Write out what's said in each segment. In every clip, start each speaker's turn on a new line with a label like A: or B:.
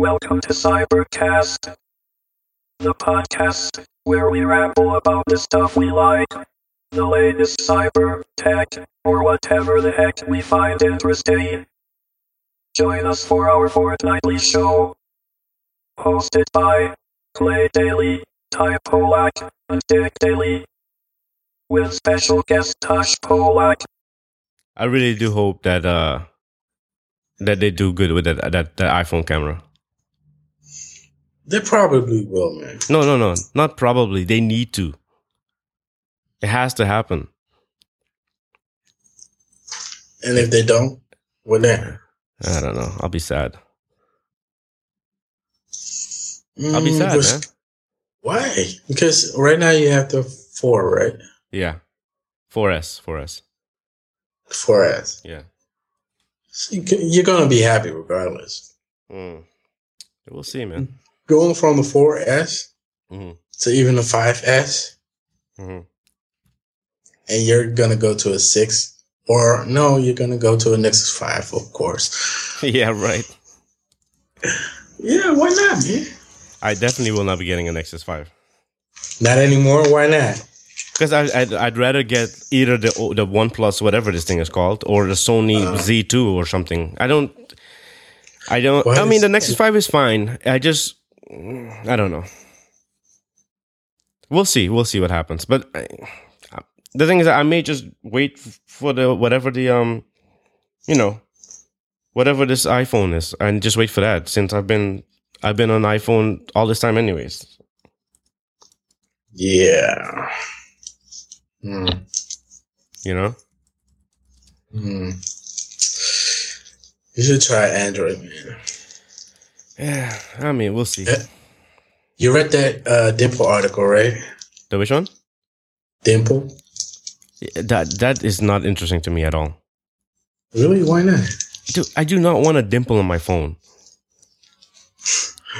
A: Welcome to Cybercast, the podcast where we ramble about the stuff we like, the latest cyber, tech, or whatever the heck we find interesting. Join us for our fortnightly show, hosted by Clay Daly, Ty Polak, and Dick Daly, with special guest Tosh Polak.
B: I really do hope that uh that they do good with that that, that iPhone camera.
C: They probably will, man.
B: No, no, no, not probably. They need to. It has to happen.
C: And if they don't, well then
B: I don't know. I'll be sad. I'll be
C: Mm,
B: sad,
C: which-
B: man.
C: Why? Because right now you have the four, right?
B: Yeah. 4S, 4S.
C: Four S.
B: Yeah.
C: So you c- you're gonna be happy regardless.
B: Mm. We'll see, man.
C: Going from the four S
B: Mm-hmm.
C: to even a five S,
B: Mm-hmm.
C: and you're gonna go to a six, or no, you're gonna go to a Nexus five, of course.
B: Yeah, right.
C: Yeah, why not, man?
B: I definitely will not be getting a Nexus 5.
C: Not anymore. Why not?
B: Because I, I'd, I'd rather get either the o- the One Plus, whatever this thing is called, or the Sony Z2 or something. I don't. I don't.
C: Why
B: I mean,
C: does-
B: the Nexus Five is fine. I just. I don't know. We'll see. We'll see what happens. But I, I- the thing is, I may just wait f- for the whatever the um, you know, whatever this iPhone is, and just wait for that. Since I've been I've been on iPhone all this time, anyways.
C: Yeah. Hmm.
B: You know.
C: Hmm. You should try Android, man.
B: Yeah. I mean, we'll see.
C: Yeah. You read that uh, Dimple article, right?
B: The which one?
C: Dimple?
B: That that is not interesting to me at all.
C: Really? Why not?
B: Dude, I do not want a dimple on my phone.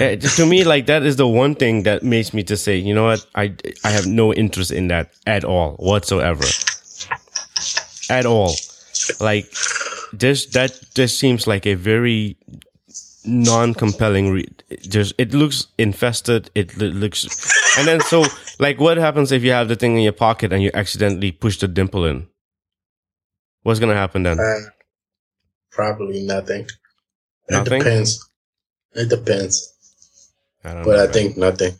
B: Eh, to me, like that is the one thing that makes me to say, you know what? I I have no interest in that at all, whatsoever, at all. Like this, that just seems like a very non-compelling read. Just it looks infested. It l- looks, and then so like, what happens if you have the thing in your pocket and you accidentally push the dimple in? What's gonna happen then?
C: Uh, probably nothing.
B: Nothing?
C: It depends. It depends.
B: I don't
C: But
B: know,
C: I
B: man.
C: think nothing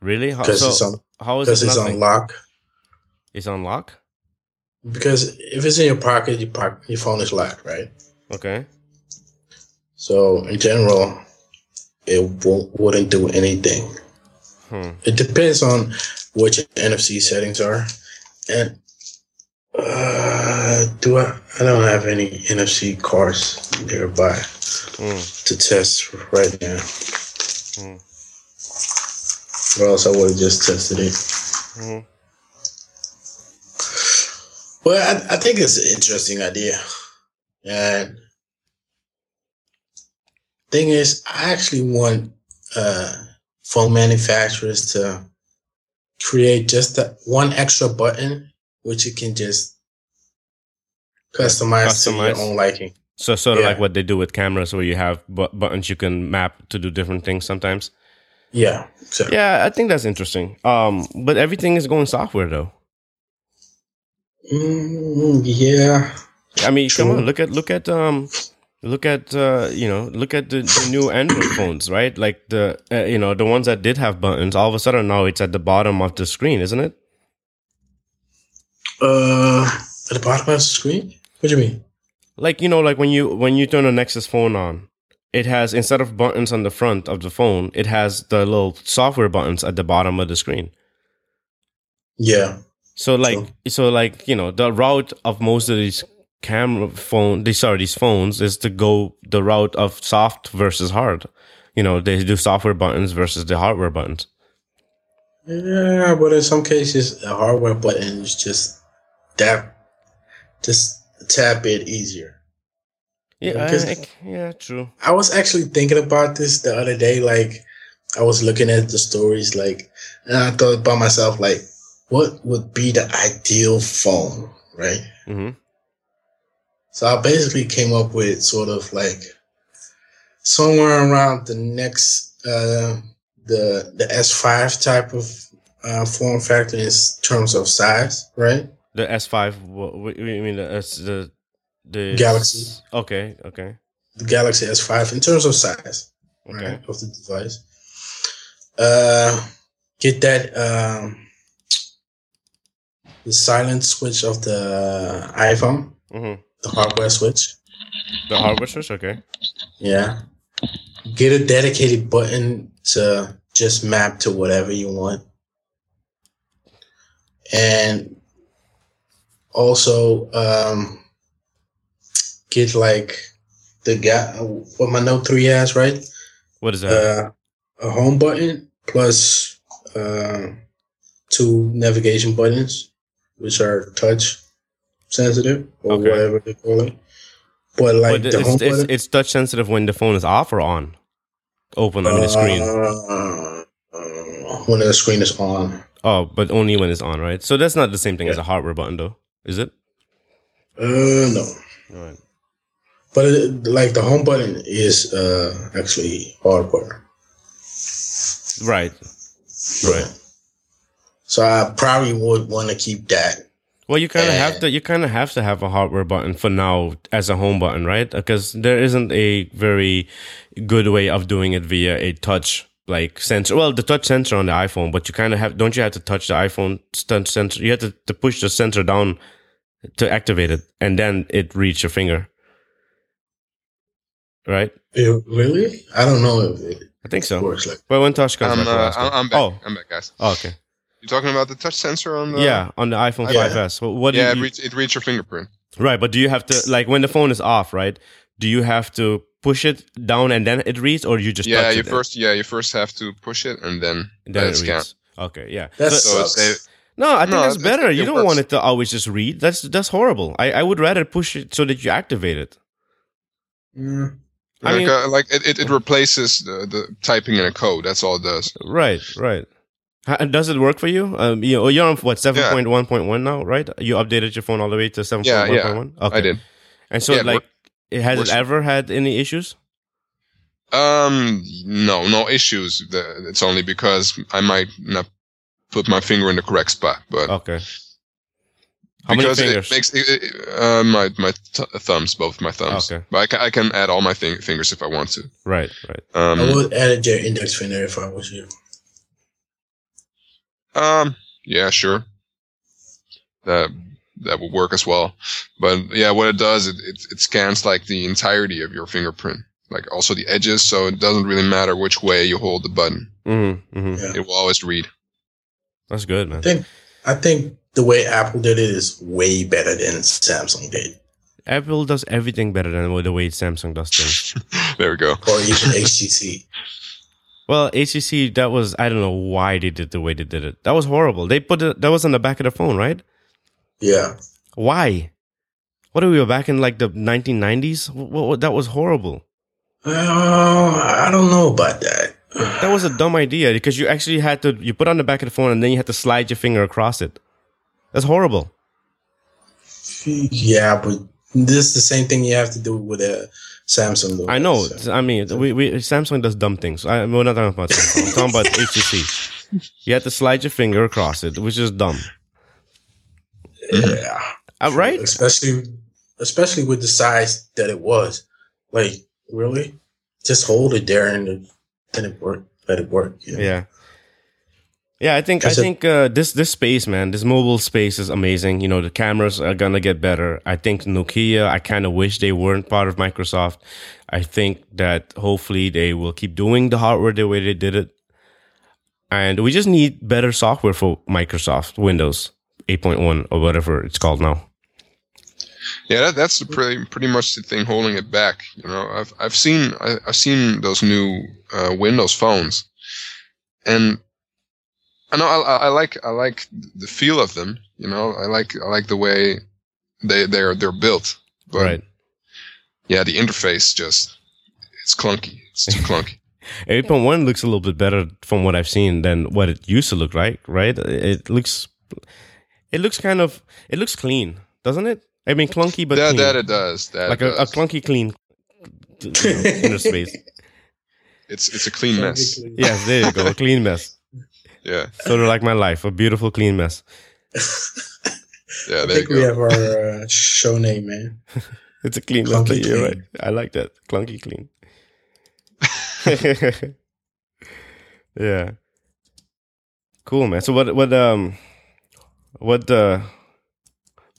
B: Really? Oh, How,
C: because it's
B: so,
C: on
B: how is
C: because
B: it
C: it's
B: nothing?
C: on lock.
B: It's on lock?
C: Because if it's in your pocket, your pocket, your phone is locked, right?
B: Okay.
C: So in general, it won't, wouldn't do anything.
B: Hmm.
C: It depends on what your NFC settings are, and uh, do I? I don't have any NFC cards nearby
B: Mm.
C: to test right now.
B: Mm.
C: Or else I would have just tested it.
B: Mm.
C: Well, I, I think it's an interesting idea. And thing is, I actually want uh, phone manufacturers to create just that one extra button, which you can just customize,
B: Customize.
C: to your own liking.
B: So sort of
C: Yeah.
B: like what they do with cameras where you have bu- buttons you can map to do different things sometimes.
C: Yeah. So,
B: Yeah, I think that's interesting. Um, but everything is going software though.
C: Mm, yeah.
B: I mean, come
C: True.
B: on, look at look at um look at uh, you know, look at the, the new Android phones, right? Like the uh, you know, the ones that did have buttons, all of a sudden now it's at the bottom of the screen, isn't it?
C: Uh, at the bottom of the screen? What do you mean?
B: like you know like when you when you turn a nexus phone on it has instead of buttons on the front of the phone it has the little software buttons at the bottom of the screen
C: Yeah.
B: so like
C: True.
B: so like you know the route of most of these camera phone these sorry these phones is to go the route of soft versus hard you know they do software buttons versus the hardware buttons
C: Yeah, but in some cases, a hardware button is just that, just a tad bit easier.
B: yeah
C: Because-
B: I- I- yeah true
C: I was actually thinking about this the other day. Like, I was looking at the stories, like, and I thought by myself, like, what would be the ideal phone, right?
B: hmm
C: So I basically came up with sort of like somewhere around the next uh, the the S5 type of uh, form factor in terms of size, right?
B: The S5, what, what you mean the S, the the
C: Galaxy.
B: Okay, okay,
C: The Galaxy S5 in terms of size,
B: okay.
C: right, of the device. Uh, get that um, the silent switch of the iPhone,
B: Mm-hmm.
C: the hardware switch.
B: The hardware switch, okay.
C: Yeah. Get a dedicated button to just map to whatever you want. And also um get like the guy what my note 3 has, right?
B: What is that?
C: Uh a home button plus uh two navigation buttons which are touch sensitive or
B: Okay.
C: whatever they call it. But like
B: but
C: the home
B: it's, it's,
C: button
B: it's touch sensitive when the phone is off or on. Open, I mean the screen.
C: uh, when the screen is on.
B: Oh, but only when it's on, right? So that's not the same thing as a hardware button, though, is it?
C: Uh, no.
B: Right.
C: But it, like the home button is uh, actually hardware.
B: Right. Right.
C: So I probably would want to keep that.
B: Well, you kind of have
C: Uh,
B: to. You kind of have to have a hardware button for now as a home button, right? Because there isn't a very good way of doing it via a touch like sensor. Well, the touch sensor on the iPhone, but you kind of have. Don't you have to touch the iPhone touch sensor? You have to, to push the sensor down to activate it, and then it reads your finger. Right.
C: Eh, really? I don't know if it
B: I think so.
C: works like.
B: Well, when Tosh comes
D: I'm,
B: back, we'll
D: uh,
B: ask
D: I'm,
B: her.
D: I'm back.
B: Oh,
D: I'm back, guys.
B: oh, okay.
D: You're talking about the touch sensor on the
B: yeah, on the iPhone
D: uh, Yeah.
B: 5S. Well, what do
D: yeah. It,
B: you,
D: reads, it reads your fingerprint.
B: right? But do you have to like when the phone is off, right? Do you have to push it down and then it reads, or you just
D: Yeah,
B: touch
D: you
B: it
D: first. Yeah, you first have to push it and then
B: and then
D: let
B: it
D: it scan.
B: reads? Okay, yeah.
C: That's
B: So-
D: So it's
C: Sucks.
D: a-
B: no, I think
D: No,
B: that's
D: I- I
B: better.
D: think
B: You
D: it
B: don't
D: works.
B: want it to always just read. That's that's horrible. I, I would rather push it so that you activate it.
C: Mm.
B: I
D: like,
B: mean-
D: uh, like it, it, it replaces the, the typing in a code. That's all it does.
B: Right, right. Ha- Does it work for you? Um, you oh, you're on what seven point one point one now, right? You updated your phone all the way to seven point one point one. Okay,
D: I did.
B: And so,
D: Yeah, it
B: like, it has it
D: works.
B: ever had any issues?
D: Um, no, no issues. The- It's only because I might not put my finger in the correct spot, but
B: Okay. Oh, How many
D: because
B: fingers?
D: it makes it, it- uh, my my t- thumbs, both my thumbs.
B: Okay.
D: But I can, I can add all my thing- fingers if I want to.
B: right, right.
D: Um,
C: I would add your index finger if I was you.
D: Um, yeah, sure. That that would work as well. But yeah, what it does, it, it it scans like the entirety of your fingerprint, like also the edges, so it doesn't really matter which way you hold the button.
B: Mm-hmm, mm-hmm.
C: Yeah.
D: It will always read.
B: That's good, man.
C: I think the way Apple did it is way better than Samsung did,
B: Apple does everything better than the way Samsung does things.
D: there we go.
C: or even HTC.
B: well, ACC, that was I don't know why they did the way they did it. That was horrible. They put it, that was on the back of the phone, right?
C: Yeah.
B: Why? What are we back in like the 1990s? What, that was horrible.
C: Uh, I don't know about that.
B: That was a dumb idea because you actually had to you put on the back of the phone and then you had to slide your finger across it. That's horrible.
C: Yeah, but this is the same thing you have to do with a Samsung. though.
B: I know.
C: So-
B: I mean, we, we Samsung does dumb things. I, we're not talking about Samsung. I'm talking about HTC. You had to slide your finger across it, which is dumb,
C: Yeah.
B: uh, right?
C: Especially, especially with the size that it was. Like, really? Just hold it there and it- then it work. Let it work. you know?
B: Yeah. Yeah, I think I
C: Is it-
B: think uh, this this space, man, this mobile space is amazing. You know, the cameras are gonna get better. I think Nokia. I kind of wish they weren't part of Microsoft. I think that hopefully they will keep doing the hardware the way they did it, and we just need better software for Microsoft Windows 8.1 or whatever it's called now.
D: Yeah, that, that's the
B: Mm.
D: pretty pretty much the thing holding it back. You know, I've I've seen I, I've seen those new uh, Windows phones, and I know I, I I like I like the feel of them. You know, I like I like the way they they're they're built. But
B: right.
D: yeah, the interface just it's clunky. It's too clunky.
B: 8.1 looks a little bit better from what I've seen than what it used to look like, right? It looks, it looks kind of, it looks clean, doesn't it? I mean, clunky, but
D: that
B: clean.
D: that it does. That
B: like
D: it
B: a, a
D: does.
B: clunky clean you know, inner space.
D: It's it's a clean mess.
B: Yes, there you go. A clean mess.
D: Yeah,
B: Sort of like my life, a beautiful clean mess.
D: yeah.
C: I
D: There you
C: think we
D: go.
C: have our uh, show name, man.
B: It's a clean mess.
C: Clunky
B: You're right.
C: clean.
B: I like that. Clunky clean. yeah. Cool, man. So what what um what uh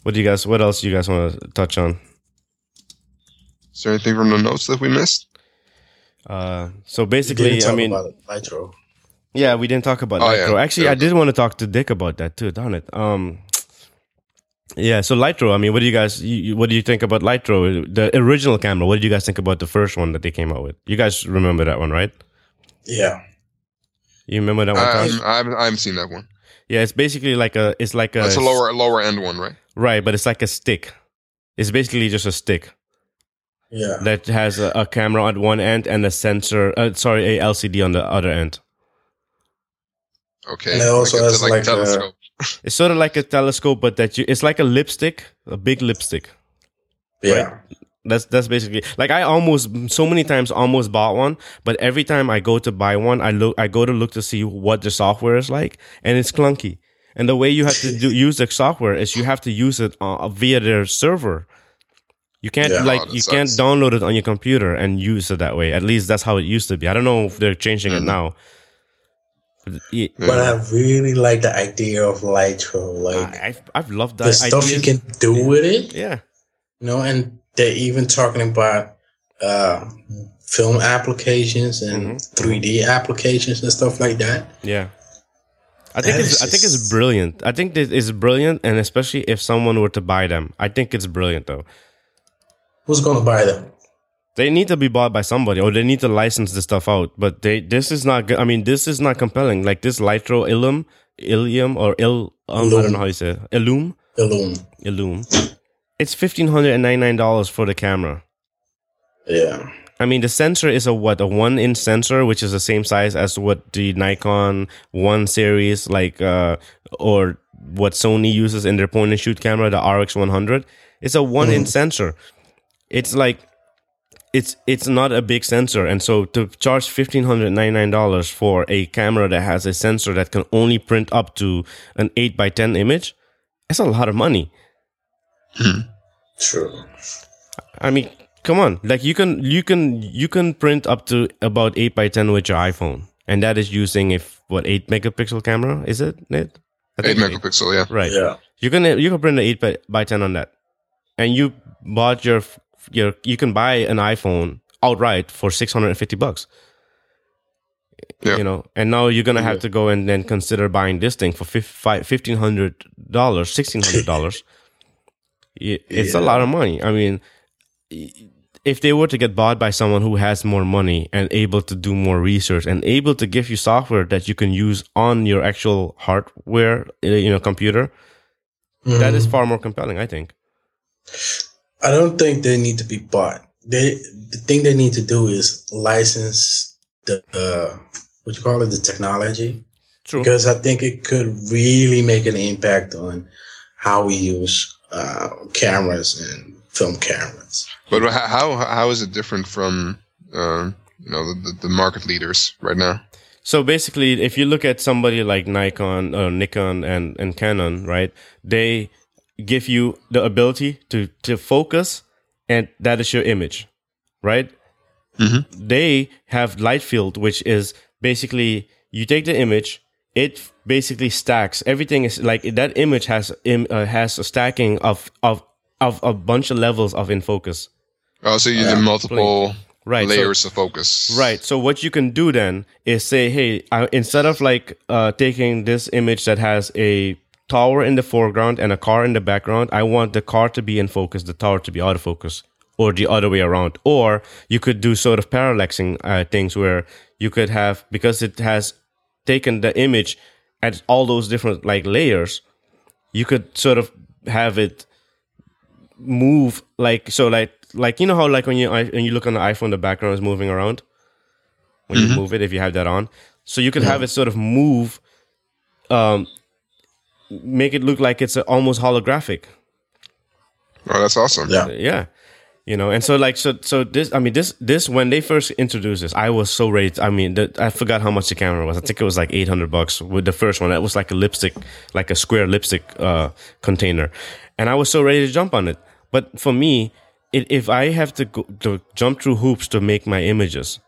B: what do you guys what else do you guys want to touch on?
D: Is there anything from the notes that we missed?
B: Uh so
C: We
B: basically,
C: didn't
B: I
C: talk
B: mean,
C: about Nitro.
B: Yeah, we didn't talk about
D: Oh,
B: Lytro.
D: yeah.
B: Actually, I
D: Yeah.
B: did want to talk to Dick about that too. Darn it. Um, yeah. So Lytro. I mean, what do you guys? You, you- what do you think about Lytro? The original camera. What did you guys think about the first one that they came out with? You guys remember that one, right?
C: Yeah.
B: You remember that one?
D: I,
B: Tosh?
D: Um, I haven't I haven't seen that one.
B: yeah. It's basically like a. It's like a.
D: That's a lower lower end one, right?
B: Right, but it's like a stick. It's basically just a stick
C: Yeah.
B: that has a, a camera on one end and a sensor. Uh, sorry, a LCD on the other end.
D: Okay.
C: And it also has, like, uh, a-
B: It's sort of like a telescope, but that you. It's like a lipstick, a big lipstick.
C: Yeah.
B: That's that's basically like I almost so many times almost bought one, but every time I go to buy one, I look I go to look to see what the software is like, and it's clunky. And the way you have to do, use the software is you have to use it uh, via their server. You can't
C: Yeah.
B: like
D: Oh, that
B: you
D: sucks.
B: can't download it on your computer and use it that way. At least that's how it used to be. I don't know if they're changing it
C: Mm-hmm.
D: Mhm.
B: now. But it-
C: But I
D: Mm.
C: really like the idea of Lytro. Like,
B: I, I've I've loved
C: the
B: that
C: stuff you
B: ideas.
C: can do with it.
B: Yeah,
C: You know, and they're even talking about uh, film applications and 3D applications and stuff like that.
B: Yeah. I think
C: That
B: it's,
C: is
B: I think it's
C: just-
B: brilliant. I think this is brilliant, and especially if someone were to buy them, I think it's brilliant. Though
C: Who's gonna buy them?
B: they need to be bought by somebody, or they need to license the stuff out. But they this is not. good. I mean, this is not compelling. Like this Lytro Illum, Ilium, or Il. Um, I don't
C: Illum.
B: know how you say it. Illum.
C: Illume.
B: Illum. It's fifteen hundred and ninety nine dollars for the camera.
C: Yeah.
B: I mean, the sensor is a what a one inch sensor, which is the same size as what the Nikon One series, like uh, or what Sony uses in their point and shoot camera, the RX one hundred. It's a one inch sensor. It's like it's it's not a big sensor, and so to charge fifteen hundred ninety nine dollars for a camera that has a sensor that can only print up to an eight by ten image, that's a lot of money.
C: True.
B: I mean, come on. Like you can you can you can print up to about eight by ten with your iPhone, and that is using a f- what eight megapixel camera is it? Nate? I
D: Eight
B: think it's
D: megapixel. Yeah.
B: eight. Right.
C: Yeah.
B: You can you can print an eight by, by ten on that, and you bought your f- your you can buy an iPhone outright for six hundred and fifty bucks.
D: Yeah.
B: You know, and now you're gonna have to go and then consider buying this thing for fifteen hundred dollars, sixteen hundred dollars. It's a
C: Yeah.
B: lot of money. I mean, i- if they were to get bought by someone who has more money and able to do more research and able to give you software that you can use on your actual hardware, uh, you know, computer,
C: Mm-hmm.
B: that is far more compelling, I think.
C: I don't think they need to be bought. They the thing they need to do is license the uh, what you call it the technology
B: True.
C: because I think it could really make an impact on how we use uh, cameras and film cameras.
D: But h- how how is it different from uh, you know the, the, the market leaders right now?
B: So basically, if you look at somebody like Nikon or Nikon and, and Canon, right, they give you the ability to, to focus, and that is your image, right? They have light field, which is basically you take the image, it basically stacks. Everything is like that image has im, uh, has a stacking of of of a bunch of levels of in focus,
D: Oh, so you did multiple
B: right? so-
D: layers of focus.
B: Right. So what you can do then is say, hey, I, instead of like uh, taking this image that has a tower in the foreground and a car in the background, I want the car to be in focus, the tower to be out of focus, or the other way around. Or you could do sort of parallaxing uh, things where you could have because it has taken the image at all those different like layers, you could sort of have it move like so like like you know how like when you when you look on the iPhone the background is moving around when you move it if you have that on so you could have it sort of move um make it look like it's uh, almost holographic
D: Oh, that's awesome.
C: Yeah.
B: yeah you know and so like so so this i mean this this when they first introduced this i was so ready to- i mean the, i forgot how much the camera was i think it was like 800 bucks with the first one that was like a lipstick like a square lipstick uh container and i was so ready to jump on it but for me it, if i have to, go, to jump through hoops to make my images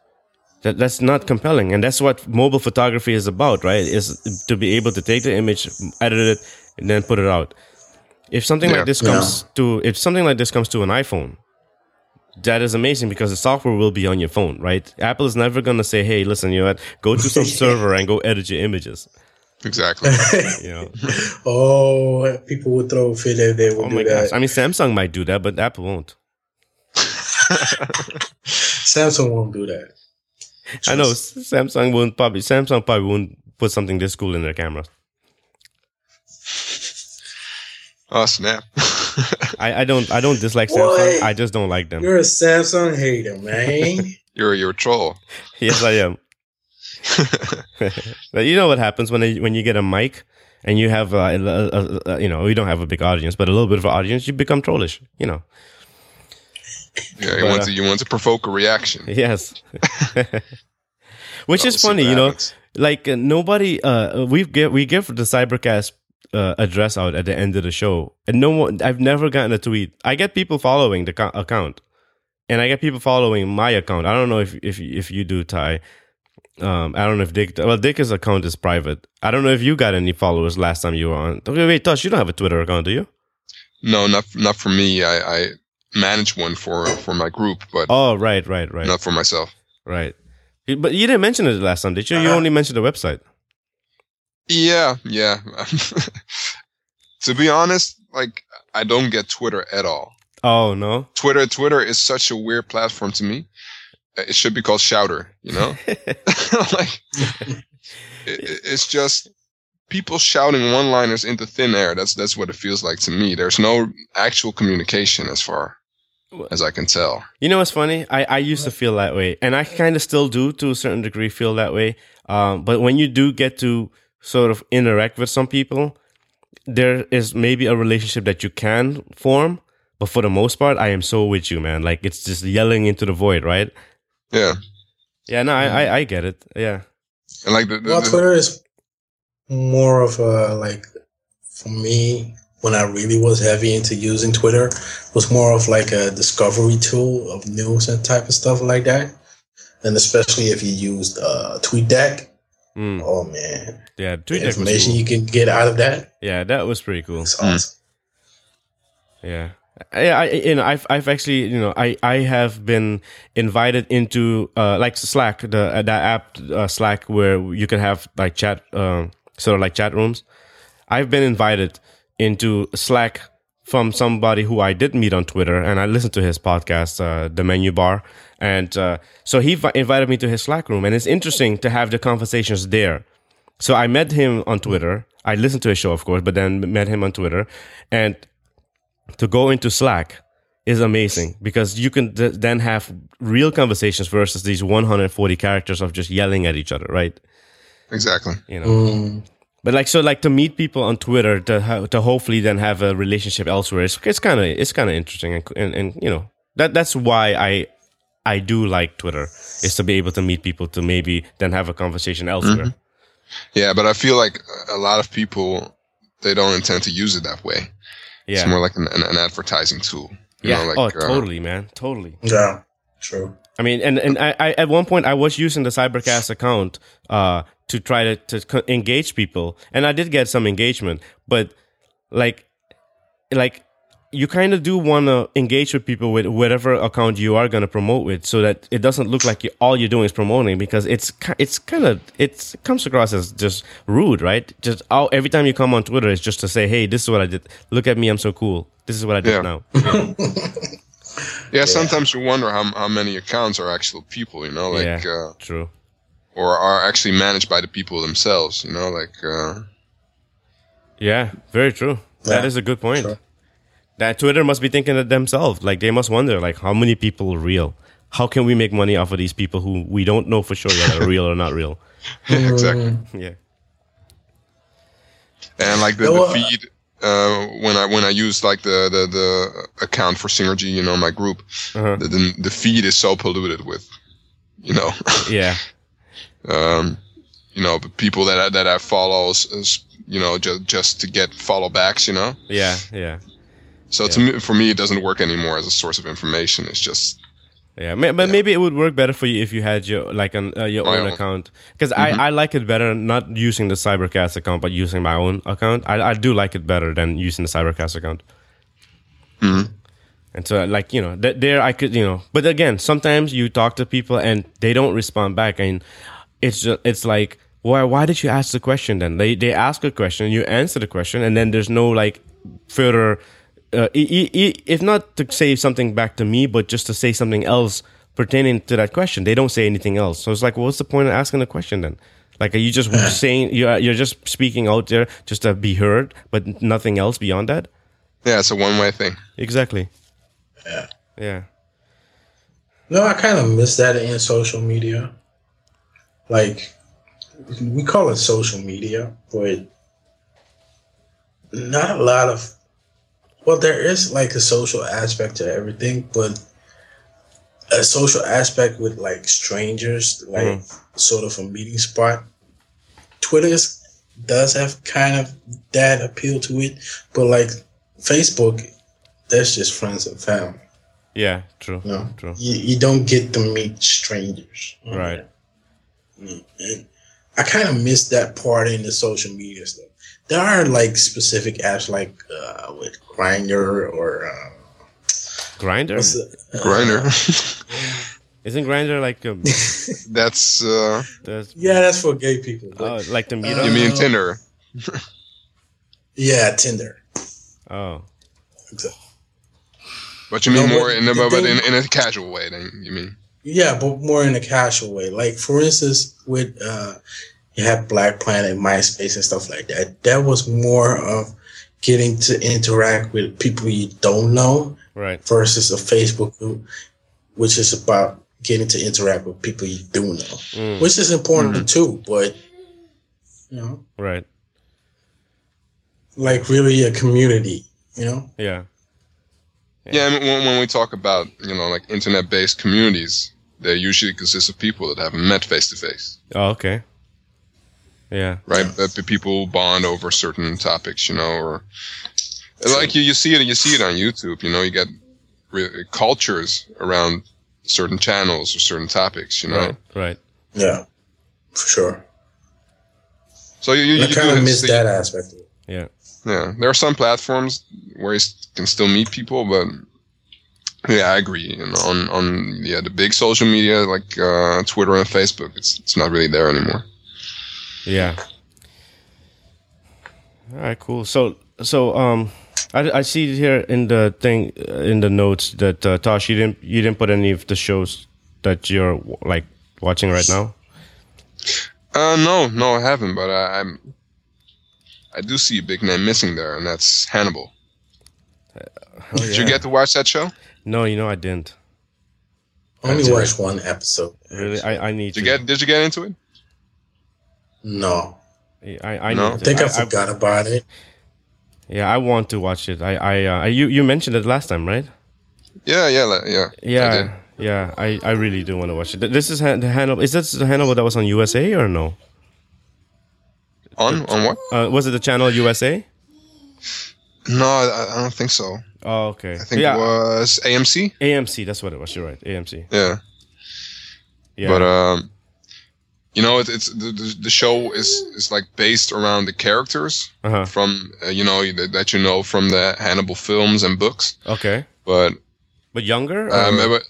B: that, that's not compelling and that's what mobile photography is about right is to be able to take the image edit it and then put it out if something
D: Yeah.
B: like this comes to if something like this comes to an iphone that is amazing because the software will be on your phone right apple is never going to say hey listen you know what go to some server and go edit your images
D: Exactly.
B: you know
C: oh, people would throw a fit if they would
B: oh
C: do
B: my
C: that.
B: gosh i mean samsung might do that but apple won't
C: Samsung won't do that.
B: i know S- samsung won't probably samsung probably won't put something this cool in their camera
D: oh snap.
B: i, I don't i don't dislike
C: What?
B: samsung i just don't like them
C: You're a Samsung hater, man.
D: you're you're a troll.
B: Yes, I am. But you know what happens when they, when you get a mic and you have uh, a, a, a- you know we don't have a big audience, but a little bit of an audience, you become trollish. You know.
D: Yeah, you
B: But,
D: want
B: uh,
D: to you want to provoke a reaction.
B: Yes. Which
D: Well,
B: is
D: see what
B: funny, you know.
D: happens.
B: Like uh, nobody, uh, we give we give the Cybercast uh, address out at the end of the show, and no one. I've never gotten a tweet. I get people following the co- account, and I get people following my account. I don't know if if if you do, Ty. Um, I don't know if Dick. Well, Dick's account is private. I don't know if you got any followers last time you were on. Okay, wait, Tosh, you don't have a Twitter account, do you?
D: No, not not for me. I, I manage one for for my group, but
B: Oh, right, right, right,
D: not for myself.
B: right. But you didn't mention it last time, did you? You
C: Uh-huh.
B: only mentioned the website.
D: Yeah, yeah. to be honest, like I don't get Twitter at all.
B: Oh no.
D: Twitter Twitter is such a weird platform to me. Uh, It should be called Shouter, you know? like it, it- it's just people shouting one-liners into thin air. That's that's what it feels like to me. There's no actual communication as far as I can tell.
B: You know what's funny? I, I used to feel that way, and I kind of still do to a certain degree feel that way. Um, but when you do get to sort of interact with some people, there is maybe a relationship that you can form. But for the most part, I am so with you, man. Like it's just yelling into the void, right?
D: Yeah.
B: Yeah, no,
C: Mm-hmm.
B: I, I, I get it. Yeah,
D: And like the, the,
C: Well,
D: the-
C: Twitter is more of a like for me when I really was heavy into using Twitter was more of like a discovery tool of news and type of stuff like that. And especially if you used uh, TweetDeck,
B: mm,
C: oh man,
B: yeah. Tweet
C: the
B: deck was
C: information
B: cool.
C: you can get out of that
B: Yeah, that was pretty cool.
C: is
D: Mm.
C: awesome.
B: Yeah. I, I you know I've I've actually you know I, I have been invited into uh, like Slack the uh, that app uh, Slack where you can have like chat um, sort of like chat rooms. I've been invited into Slack from somebody who I did meet on Twitter, and I listened to his podcast, uh, The Menu Bar, and uh, so he vi- invited me to his Slack room, and it's interesting to have the conversations there. So I met him on Twitter. I listened to his show, of course, but then met him on Twitter, and to go into Slack is amazing because you can th- then have real conversations versus these 140 characters of just yelling at each other, right?
D: exactly.
B: You know.
C: Mm.
B: But like so, like to meet people on Twitter to ho- to hopefully then have a relationship elsewhere. It's it's kind of it's kind of interesting and, and and you know that that's why I I do like Twitter is to be able to meet people to maybe then have a conversation elsewhere.
D: Mm-hmm. Yeah, but I feel like a lot of people they don't intend to use it that way. It's
B: Yeah,
D: more like an, an, an advertising tool. you
B: yeah.
D: know, like,
B: oh,
D: uh,
B: totally, man, totally.
C: Yeah, true.
B: I mean, and and I, I at one point I was using the Cybercast account uh, to try to to co- engage people, and I did get some engagement, but like like you kind of do want to engage with people with whatever account you are going to promote with so that it doesn't look like you, all you're doing is promoting because it's ki- it's kind of it comes across as just rude right just all, every time you come on twitter it's just to say hey this is what i did look at me i'm so cool this is what i did
D: Yeah.
B: now
D: Yeah, sometimes you wonder how how many accounts are actual people, you know, like
B: Yeah.
D: uh,
B: true
D: or are actually managed by the people themselves, you know, like uh,
B: Yeah, very true. That
C: Yeah,
B: is a good point.
C: sure.
B: That Twitter must be thinking of themselves. Like they must wonder, like how many people are real? How can we make money off of these people who we don't know for sure that are real or not real?
D: exactly.
B: Hmm. Yeah.
D: And like the,
C: No,
D: the
C: uh,
D: feed uh, when I when I use like the, the the account for Synergy, you know, my group,
B: Uh-huh.
D: the, the the feed is so polluted with, you know,
B: Yeah.
D: um, you know, the people that I, that I follow, s- s- you know, just just to get follow backs, you know.
B: Yeah. Yeah.
D: So to me, for me, it doesn't work anymore as a source of information. It's just
B: Yeah, ma- but maybe it would work better for you if you had your like an, uh, your
D: My
B: own
D: own.
B: account. Because I, I like it better not using the Cybercast account, but using my own account. I, I do like it better than using the Cybercast account.
D: Mhm.
B: And so, like you know, th- there I could you know, but again, sometimes you talk to people and they don't respond back, and it's just, it's like why why did you ask the question then? They they ask a question, you answer the question, and then there's no like further. Uh, e- e- e- if not to say something back to me, but just to say something else pertaining to that question, they don't say anything else. So it's like, what's the point of asking the question then? Like, are you just saying you're you're just speaking out there just to be heard, but nothing else beyond that?
D: yeah, it's a one way thing.
B: Exactly. Yeah. Yeah.
C: No, I kind of miss that in social media. Like, we call it social media, but not a lot of. Well, there is like a social aspect to everything, but a social aspect with like strangers, like sort of a meeting spot. Twitter's does have kind of that appeal to it, but like Facebook, that's just friends and family.
B: Yeah. True.
C: No,
B: True.
C: You, you don't get to meet strangers.
B: Right.
C: And I kind of miss that part in the social media stuff. There are like specific apps like uh, with Grinder or um,
B: Grinder
C: what's the-
D: Grinder.
B: isn't Grinder like um,
D: That's uh,
B: the,
C: yeah, that's for gay people. but-
B: oh, like the
D: you
B: meetup?
D: mean
C: Uh,
D: Tinder?
C: yeah, Tinder.
B: Oh.
D: But you mean
C: No,
D: more
C: but
D: in a,
C: the
D: but in,
C: thing-
D: in a casual way than you mean?
C: Yeah, but more in a casual way. Like for instance, with uh, you have Black Planet, MySpace, and stuff like that. That was more of getting to interact with people you don't know
B: Right.
C: versus a Facebook group, which is about getting to interact with people you do know,
B: Mm,
C: which is important too. But you know,
B: right.
C: like really a community, you know.
B: Yeah.
D: Yeah, I mean, when, when we talk about you know like internet-based communities, they usually consist of people that haven't met face to face,
B: Oh, okay. Yeah.
D: right? But the people bond over certain topics, you know, or like you, you see it you see it on YouTube. You know, you get re- cultures around certain channels or certain topics, you know.
B: Right. Right.
C: Yeah, for sure.
D: So you, you,
C: I
D: you do
C: kind of
D: have
C: miss
D: to-
C: that aspect. Of it.
B: Yeah.
D: Yeah, there are some platforms where you s- can still meet people, but yeah, I agree. You know, on on yeah the big social media like uh, Twitter and Facebook, it's it's not really there anymore.
B: Yeah. All right, cool. So, so um, I, I see here in the thing uh, in the notes that uh, Tosh, you didn't you didn't put any of the shows that you're w- like watching right now.
D: Uh, no, no, I haven't. But I, I'm I do see a big name missing there, and that's Hannibal.
C: Oh,
D: Did you get to watch that show?
B: No, you know I didn't.
C: I only
D: That's
C: watched one episode.
B: Really, I, I need
D: Did you
B: to.
D: get Did you get into it?
C: No,
B: I, I
D: No.
B: need
C: I
B: to.
C: think I,
B: I- I-
C: forgot about it.
B: yeah, I want to watch it. I I uh, you you mentioned it last time, right?
D: Yeah, yeah, la- yeah. I did.
B: Yeah, yeah. I, I really do want to watch it. Th- This is Han- the Hannibal. Is this the Hannibal that was on USA or no?
D: On on what?
B: Uh, was it the channel USA?
D: No, I, I don't think so.
B: Oh, okay.
D: I think
B: yeah,
D: it was AMC.
B: AMC. That's what it was. You're right. AMC.
D: Yeah.
B: Yeah.
D: But um, you know, it, it's the, the the show is is like based around the characters
B: uh-huh.
D: from uh, you know that, that you know from the Hannibal films and books.
B: Okay.
D: But
B: But younger? or-
D: um, but-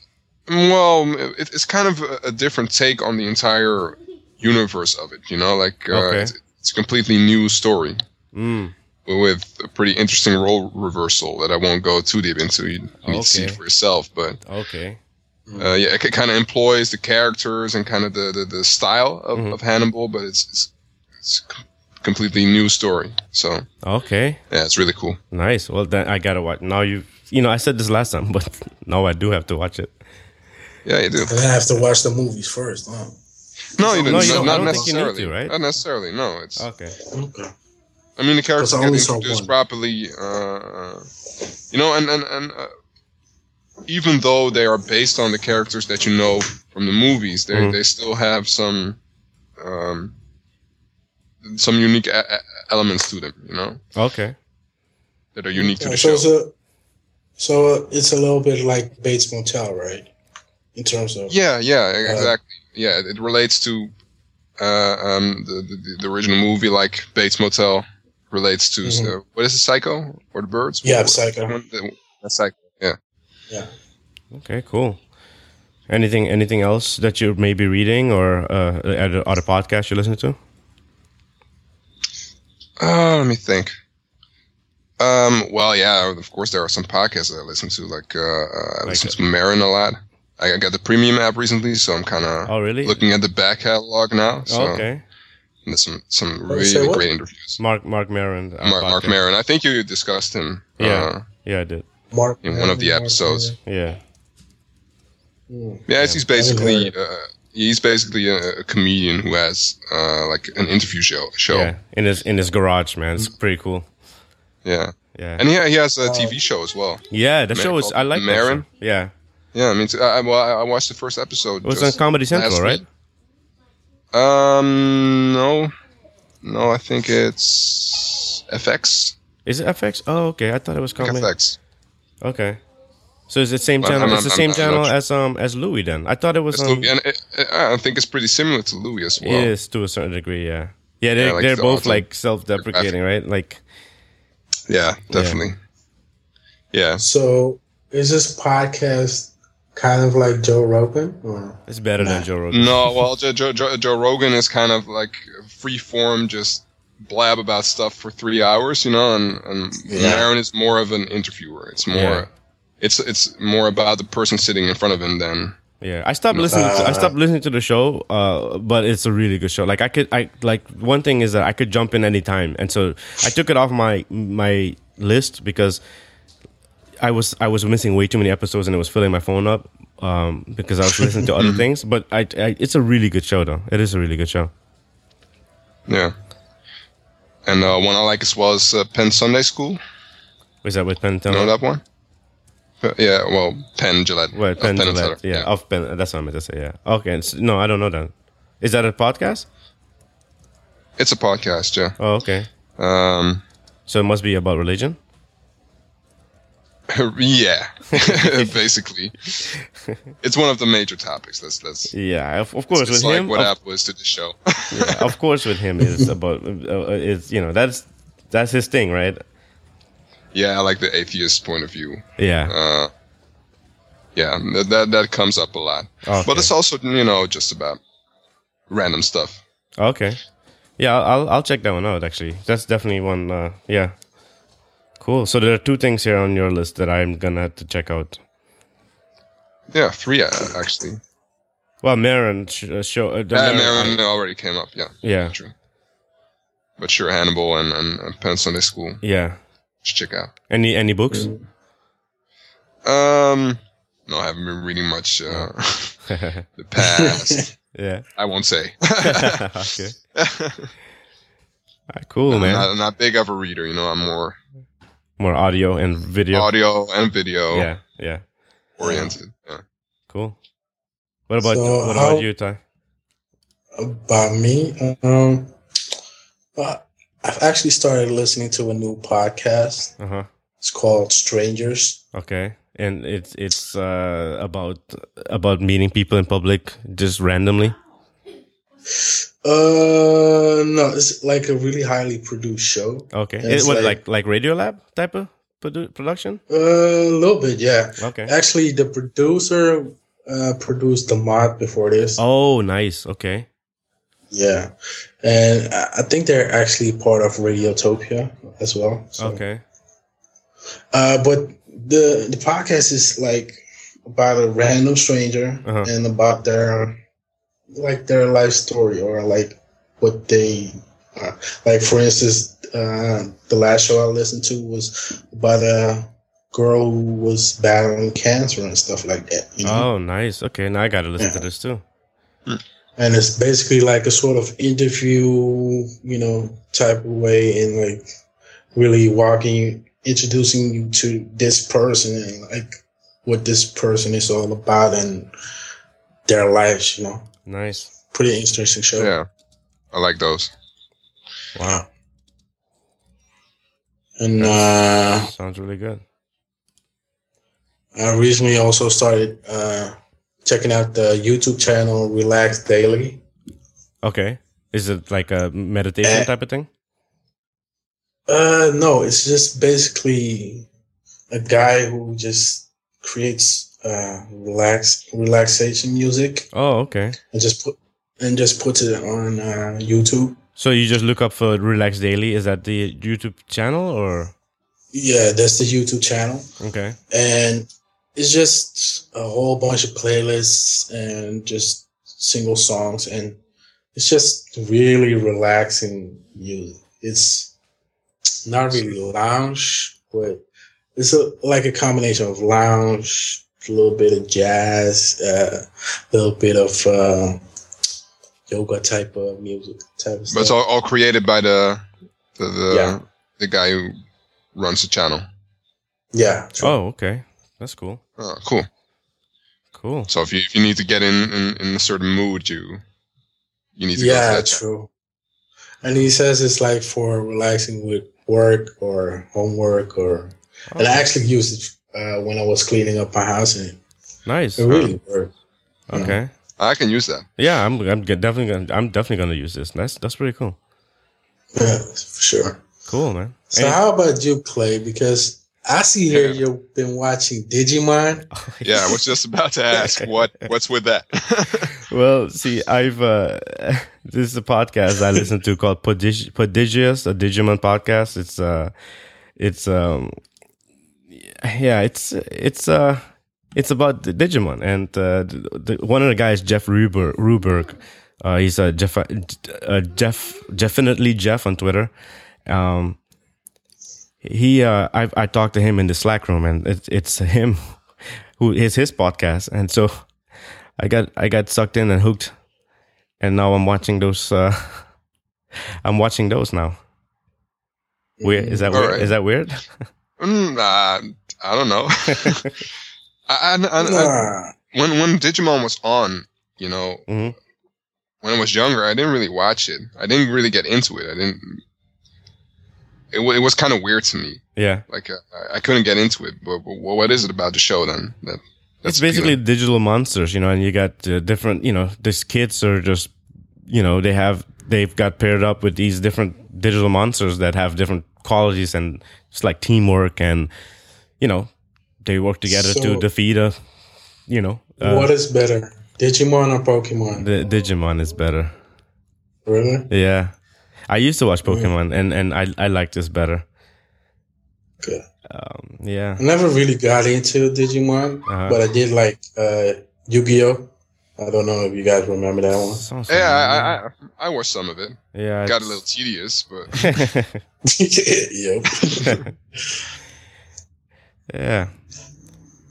D: well, it, it's kind of a, a different take on the entire universe of it. You know, like uh,
B: Okay.
D: it's, it's a completely new story
B: Mm,
D: with a pretty interesting role reversal that I won't go too deep into. You need to see it
B: Okay.
D: for yourself, but.
B: okay.
D: Uh, yeah, it kind of employs the characters and kind of the, the, the style of,
B: Mhm.
D: of Hannibal, but it's it's, it's com- completely new story. So
B: Okay.
D: yeah, it's really cool.
B: Nice. Well, then I gotta watch. Now you, you know, I said this last time, but now I do have to watch it.
D: Yeah, you do.
C: I have to watch the movies first. Um, huh?
D: No, you,
B: No, you
D: not
B: don't- I
D: not
B: don't think you need
D: necessarily.
B: to, right?
D: Not necessarily. No, it's
B: Okay.
C: Okay.
D: I mean, the characters
C: I
D: get
C: only saw
D: introduced
C: one.
D: properly, uh, you know, and and and uh, even though they are based on the characters that you know from the movies, they
B: Mhm.
D: they still have some um, some unique e- e- elements to them, you know,
B: Okay.
D: that are unique to
C: Yeah,
D: the
C: so
D: show.
C: it's a, so it's a little bit like Bates Motel, right? In terms of
D: Yeah, yeah, exactly. Yeah, it relates to uh, um, the, the the original movie, like Bates Motel relates to
C: Mhm.
D: uh, what is it, Psycho or the Birds?
C: Yeah,
D: What-
C: Psycho.
D: one- the- that's Psycho. Yeah.
B: Okay. Cool. Anything? Anything else that you may be reading or uh, at a, other podcast you listen to?
D: Uh, let me think. Um, well, yeah, of course there are some podcasts that I listen to. Like uh, uh, I listen
B: uh,
D: to Marin a lot. I I got the premium app recently, so I'm kind of
B: Oh, really?
D: looking at the back catalog now. So
B: Oh, okay.
D: and there's some some
C: Oh, say
D: really
C: what?
D: great interviews.
B: Mark Mark Maron. uh,
D: Mark, Mark
B: podcast.
D: Marin, I think you discussed him.
B: Yeah.
D: uh,
B: Yeah, I did.
C: Mark
D: in one of the
C: Mark-
D: episodes.
B: Yeah.
C: Mm.
D: Yeah, he's basically
C: heard
D: uh, he's basically a, a comedian who has uh, like an interview show. Show,
B: Yeah.
D: yeah,
B: In his in his garage, man. It's pretty cool. Yeah.
D: and he, he has a TV show as well.
B: yeah, the
D: Man
B: show is
D: called
B: I like that show.
D: Maron?
B: Yeah.
D: Yeah, I mean, t- I, I- well, I I watched the first episode.
B: It was on
D: just
B: Comedy Central,
D: last
B: right?
D: week. Um, no, no, I think it's FX.
B: Is it FX? Oh, okay. I thought it was
D: Like
B: Comedy.
D: FX.
B: Okay. So it's the same
D: Well,
B: channel.
D: I'm
B: it's the
D: not-
B: same
D: I'm not- I'm
B: channel
D: not sure.
B: as um as Louis. Then I thought it was
D: It's
B: on.
D: Louis, and it, it, I think it's pretty similar to Louis as well.
B: It is to a certain degree. Yeah. Yeah. They're,
D: Yeah, like
B: they're
D: the
B: both
D: auto-
B: like self-deprecating, right? Like
D: Yeah, definitely. Yeah.
C: So is this podcast kind of like Joe Rogan? Or?
B: it's better than Joe Rogan.
D: No, well, Joe, Joe, Joe, Joe Rogan is kind of like free form, just blab about stuff for three hours, you know. And, and
C: Yeah.
D: Maron is more of an interviewer. It's more,
B: Yeah.
D: it's it's more about the person sitting in front of him than
B: Yeah, I stopped listening. to, I
C: Uh,
B: stopped listening to the show, uh, but it's a really good show. Like I could, I like one thing is that I could jump in anytime, and so I took it off my my list because I was I was missing way too many episodes, and it was filling my phone up um, because I was listening to other things. But I, I, it's a really good show, though. It is a really good show.
D: yeah. And uh, one I like as well is uh, Penn Sunday School.
B: Is that with Penn
D: You know
B: Teller?
D: that one? Uh, yeah, well, Penn Gillette.
B: Well,
D: Uh,
B: Penn
D: and
B: Teller,
D: Teller,
B: yeah, off Penn. That's what I meant to say. Yeah. Okay. it's- no, I don't know that. Is that a podcast?
D: It's a podcast, yeah.
B: Oh, okay.
D: Um,
B: So it must be about religion.
D: yeah, basically. It's one of the major topics. That's that's
B: Yeah, of, of course. with
D: it's like
B: him,
D: what
B: of
D: Apple is to the show.
B: Yeah, of course with him is about uh, is you know that's that's his thing right
D: yeah, I like the atheist point of view.
B: yeah
D: Uh, yeah, that, that that comes up a lot.
B: Okay.
D: But it's also you know just about random stuff.
B: Uh, okay yeah I'll I'll- I'll check that one out actually that's definitely one uh, yeah cool so there are two things here on your list that I'm gonna have to check out
D: Yeah, three uh, actually.
B: well Marin sh- uh, show uh, the
D: Yeah,
B: Marin-
D: Marin already came up. Yeah,
B: yeah
D: true. But sure, Hannibal and, and, and Penn Sunday School.
B: yeah
D: Just check out.
B: any any books
D: Um, no, I haven't been reading much. Uh,
B: Oh.
D: the past,
B: yeah
D: I won't say.
B: okay Ah, cool
D: I'm
B: man
D: not, I'm not big of a reader, you know. I'm more
B: more audio and video
D: audio and video
B: yeah yeah
D: oriented. Yeah.
B: cool what about
C: So
B: what
C: how-
B: about you Ty
C: About me, um, uh, I've actually started listening to a new podcast.
B: uh huh.
C: It's called Strangers.
B: Okay, and it's it's uh, about about meeting people in public just randomly.
C: Uh, no, it's like a really highly produced show.
B: Okay,
C: It's
B: it, what like
C: like-
B: like Radio Lab type of produ- production.
C: Uh, a little bit, yeah.
B: Okay.
C: Actually, the producer uh, produced the mod before this.
B: Oh, nice. Okay.
C: Yeah, and I I think they're actually part of Radiotopia as well. so.
B: Okay.
C: Uh, but the the podcast is like about a random stranger
B: Uh-huh.
C: and about their like their life story or like what they uh, like. For instance, uh, the last show I listened to was about a girl who was mm-hmm. battling cancer and stuff like that. You
B: Oh,
C: know?
B: nice. Okay, now I gotta listen to this too.
C: and it's basically like a sort of interview, you know, type of way, and like really walking, introducing you to this person and like what this person is all about and their lives, you know.
B: Nice.
C: Pretty interesting show.
D: Yeah, I like those.
C: Wow. And uh,
B: Sounds really good.
C: I recently also started uh, checking out the YouTube channel Relax Daily.
B: Okay. Is it like a meditation
C: Eh.
B: type of thing?
C: Uh, no, it's just basically a guy who just creates uh, relax relaxation music
B: Oh, okay.
C: and just put and just puts it on uh, YouTube.
B: So you just look up for Relax Daily. Is that the YouTube channel or
C: Yeah, that's the YouTube channel.
B: okay?
C: and it's just a whole bunch of playlists and just single songs and it's just really relaxing music it's not really lounge but it's a, like a combination of lounge a little bit of jazz uh, a little bit of uh, yoga type of music type of
D: But it's
C: stuff
D: all, all created by the the the,
C: Yeah.
D: the guy who runs the channel.
C: yeah true.
B: Oh, okay. That's cool.
D: Oh, cool.
B: Cool.
D: So if you if you need to get in in, in a certain mood, you you need to go
C: yeah,
D: to that channel.
C: true. And he says it's like for relaxing with work or homework or.
B: Oh,
C: And I actually used it uh, when I was cleaning up my house, and
B: nice.
C: it really worked. you know.
B: Okay.
D: I can use that.
B: Yeah, I'm. I'm g- definitely. Gonna, I'm definitely gonna use this. That's that's pretty cool.
C: Yeah, for sure.
B: Cool, man.
C: So
B: And-
C: how about you, Clay? Because I see here you've been watching Digimon.
D: Yeah, I was just about to ask what what's with that.
B: well, see, I've uh, this is a podcast I listen to called Podig- Prodigious, a Digimon podcast. It's uh, it's um, yeah, it's it's uh, it's about the Digimon, and uh, the, the, one of the guys, Jeff Ruber, Ruberg, uh, he's a Jeff, uh, Jeff, definitely Jeff on Twitter. Um, he uh, I I talked to him in the Slack room, and it's it's him who is his podcast, and so I got I got sucked in and hooked, and now I'm watching those. Uh, I'm watching those now. Weird
C: Mm.
B: is that
D: All
B: weird?
D: right.
B: Is that weird?
D: Mm, uh, I don't know. I, I, I- I-
C: Nah.
D: when when Digimon was on, you know,
B: Mhm.
D: when I was younger, I didn't really watch it. I didn't really get into it. I didn't. It, wa- it was kind of weird to me.
B: yeah,
D: Like uh, I- I couldn't get into it. But, but what is it about the show then? That,
B: it's basically
D: appealing?
B: digital monsters, you know, and you got uh, different, you know, these kids are just, you know, they have they've got paired up with these different digital monsters that have different qualities and it's like teamwork and, you know, they work together to
C: So-
B: defeat a, you know, uh,
C: what is better, Digimon or Pokemon?
B: the Digimon is better.
C: really?
B: Yeah. I used to watch Pokemon and, and I, I like this better.
C: Good.
B: Um, yeah.
C: I never really got into Digimon,
B: Uh-huh.
C: but I did like uh, Yu-Gi-Oh. I don't know if you guys remember that one.
B: Sounds
D: Yeah,
B: familiar.
D: I, I, I I watched some of it.
B: yeah.
D: Got a
B: it's-
D: little tedious, but
C: yep.
B: yeah.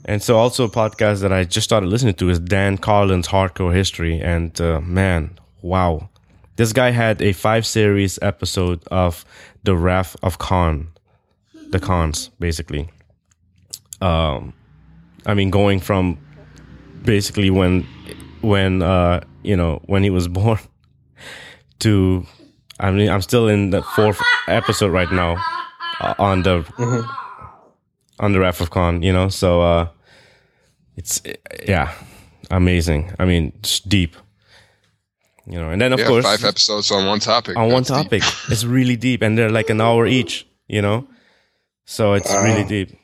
B: And so also a podcast that I just started listening to is Dan Carlin's Hardcore History. And uh, man, wow. This guy had a five series episode of The Wrath of Khan. The Khans, basically. Um, I mean, going from basically when, when, uh, you know, when he was born to, I mean, I'm still in the fourth episode right now uh, on the on the Wrath of Khan, you know. So uh, it's yeah, amazing. I mean, it's deep, you know. And then of
D: yeah,
B: course
D: five episodes on one topic.
B: on one
D: That's deep.
B: topic, it's really deep, and they're like an hour each, you know. So it's really deep.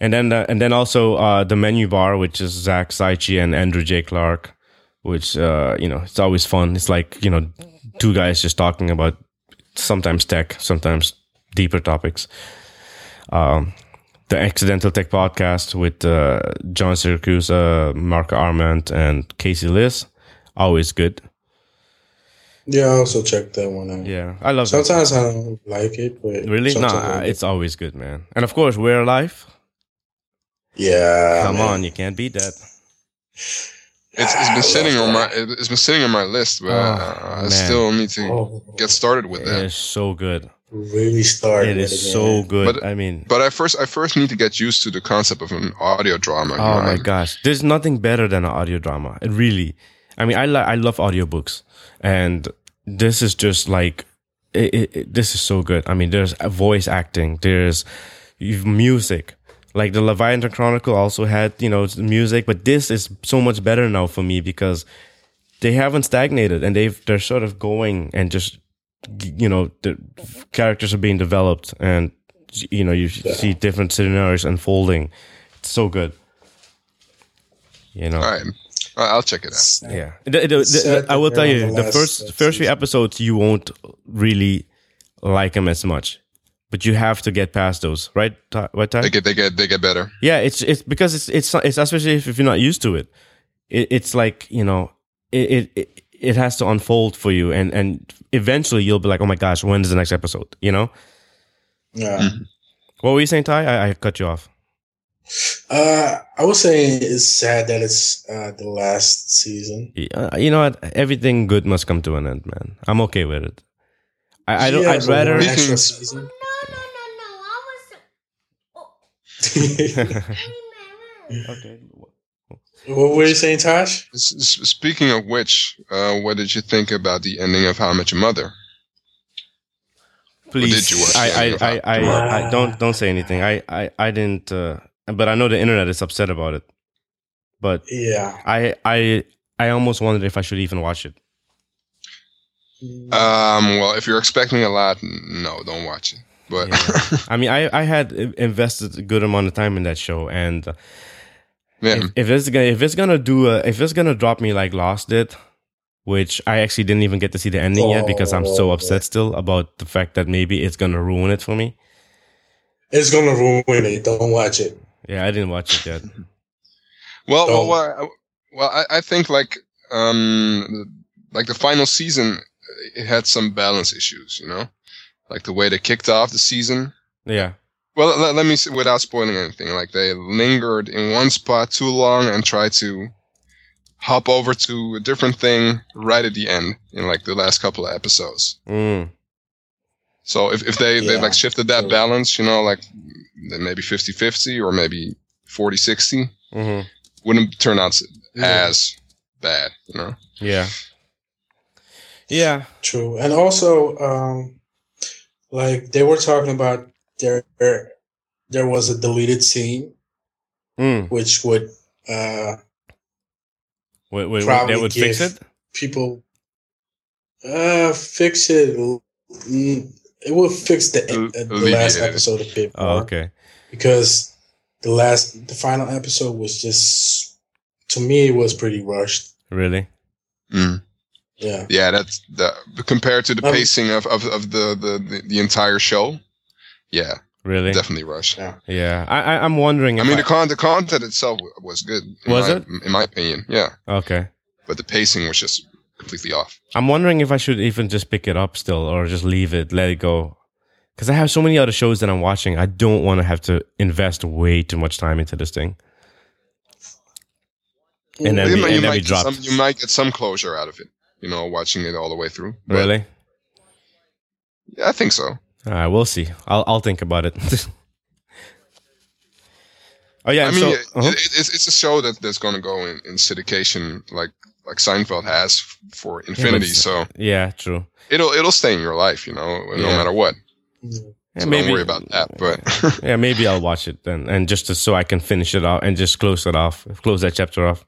B: And then uh, and then also uh, the menu bar, which is Zach Saichi and Andrew J Clark, which uh, you know it's always fun. It's like you know two guys just talking about sometimes tech, sometimes deeper topics. Um, the Accidental Tech Podcast with uh, John Syracuse, Mark Arment, and Casey Liz. Always good.
C: Yeah, I also checked that one out.
B: Yeah, I love that.
C: Sometimes I don't like it, but
B: Really? No,
C: sometimes I
B: I-
C: do.
B: it's always good, man. And of course, we're alive.
C: yeah.
B: Come
C: man.
B: on, you can't beat that.
D: It's, it's been sitting on my it's been sitting on my list, but
B: Ah,
D: uh, I
B: man.
D: still need to
C: Oh,
D: get started with that.
B: It is so good.
C: really started.
B: It
C: with
B: is
C: it,
B: so
C: man.
B: good.
D: But-
B: I mean,
D: But I first I first need to get used to the concept of an audio drama.
B: oh my gosh, there's nothing better than an audio drama. It really. I mean, I li- I love audiobooks, and this is just like it, it, it- this is so good. I mean, there's a voice acting, there's music. Like the Leviathan Chronicle also had you know it's music, but this is so much better now for me because they haven't stagnated and they've they're sort of going and just you know the characters are being developed and you know you see different scenarios unfolding it's so good you know
D: All right, I- I'll check it out.
B: yeah The- the- the-
C: Sad
B: i will
C: that
B: tell
C: they're on
B: you
C: the
B: the
C: last
B: first first few episodes you won't really like them as much but you have to get past those right Ty- right Ty?
D: They get they get they get better.
B: Yeah, it's it's because it's it's it's especially if, if you're not used to it. it it's like you know it, it it it has to unfold for you, and and eventually you'll be like, oh my gosh, when is the next episode? You know
C: Yeah.
B: what were you saying, Ty? I, I cut you off.
C: Uh, I would say it's sad that it's uh, the last season.
B: Yeah, uh, You know what? Everything good must come to an end, man. I'm okay with it. I, I don't.
C: Yeah,
B: I'd
C: so one
B: rather.
D: Yeah.
C: extra
E: No, no,
C: season.
E: no, no. I was. Oh, anyway.
B: okay.
C: what were you saying, Tosh?
D: S- s- Speaking of which, uh, what did you think about the ending of How Much Your Mother?
B: Please,
D: did you watch
B: I,
D: it?
B: I, I, I, I, don't don't say anything. I, I, I didn't. Uh, but I know the internet is upset about it. But
C: Yeah.
B: I I I almost wondered if I should even watch it.
D: Um, well, if you're expecting a lot, n- no, don't watch it. But
B: Yeah. I mean, I I had i- invested a good amount of time in that show, and
D: yeah,
B: if, if it's gonna if it's gonna do a, if it's gonna drop me like Lost did, which I actually didn't even get to see the ending yet because I'm so
C: Oh.
B: upset still about the fact that maybe it's gonna ruin it for me.
C: It's gonna ruin it. Don't watch it.
B: Yeah, I didn't watch it yet.
D: well, well,
C: Don't.
D: well, I, well, I, I think like um, like the final season, it had some balance issues. You know, like the way they kicked off the season.
B: Yeah,
D: Well, let, let me see, without spoiling anything. Like they lingered in one spot too long and tried to hop over to a different thing right at the end in like the last couple of episodes.
B: mm,
D: So if, if they, they
C: Yeah.
D: like shifted that
C: True.
D: balance, you know, like then maybe 50-50 or maybe 40-60
B: hmm
D: wouldn't turn out s- as bad, you know?
B: yeah, yeah.
C: True, and also, um, like they were talking about there, there was a deleted scene
B: Mm.
C: which would uh,
B: Wait, wait, wait,
C: Probably
B: that would fix
C: give-
B: it.
C: people uh, fix it. Mm, It will fix the, uh, the last
D: Alleviated.
C: episode of Pip
B: Oh, okay.
C: because the last the final episode was just to me it was pretty rushed.
B: Really?
D: Mm.
C: Yeah,
D: Yeah, that's the, compared to the
C: Um,
D: pacing of, of, of the, the, the, the entire show. Yeah,
B: Really?
D: definitely rush.
B: Yeah. I, I I'm wondering.
D: I
B: if
D: mean, the, con- the content itself w- was good. in
B: Was
D: my-
B: it?
D: In my opinion, yeah.
B: okay.
D: But the pacing was just completely off.
B: I'm wondering if I should even just pick it up still or just leave it, let it go. Because I have so many other shows that I'm watching. I don't want to have to invest way too much time into this thing. And then
D: you,
B: we,
D: might- you
B: and then we
D: might get
B: dropped.
D: some, you might get some closure out of it, you know, watching it all the way through. But-
B: Really?
D: Yeah, I think so.
B: All right, we'll see. I'll, I'll think about it. oh, yeah.
D: I
B: and
D: mean, uh,
B: so,
D: it,
B: uh-huh.
D: it, it's, it's a show that, that's going to go in, in syndication like like Seinfeld has f- for infinity.
B: it's-
D: so
B: yeah, true.
D: it'll it'll stay in your life, you know, no
B: Yeah.
D: matter what.
B: Yeah,
D: So don't worry about that. But
B: yeah, maybe I'll watch it then. And just to, so I can finish it out and just close it off, close that chapter off.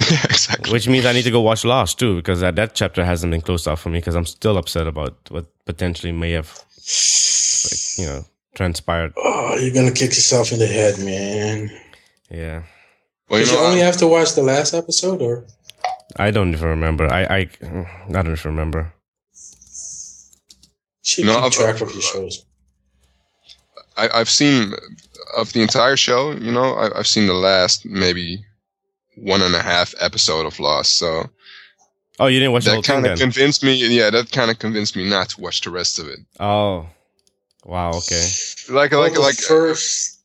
D: yeah, exactly.
B: Which means I need to go watch Lost too, because that, that chapter hasn't been closed off for me because I'm still upset about what potentially may have, like, you know, transpired.
C: Oh, you're gonna kick yourself in the head, man.
B: Yeah,
D: Well, you
C: Did you
D: know, um,
C: only
D: I-
C: have to watch the last episode, or
B: I don't even remember. I I, I don't even remember.
C: should
D: No,
C: keep
D: I've-
C: track of your shows?
D: I, I've seen of the entire show. You know, I, I've seen the last maybe one and a half episode of Lost. So
B: Oh, you didn't watch the whole
D: that
B: thing
D: kind
B: then?
D: of convinced me. Yeah, that kind of convinced me not to watch the rest of it.
B: oh, wow. Okay.
D: Like,
C: Well,
D: like,
C: the
D: like.
C: first.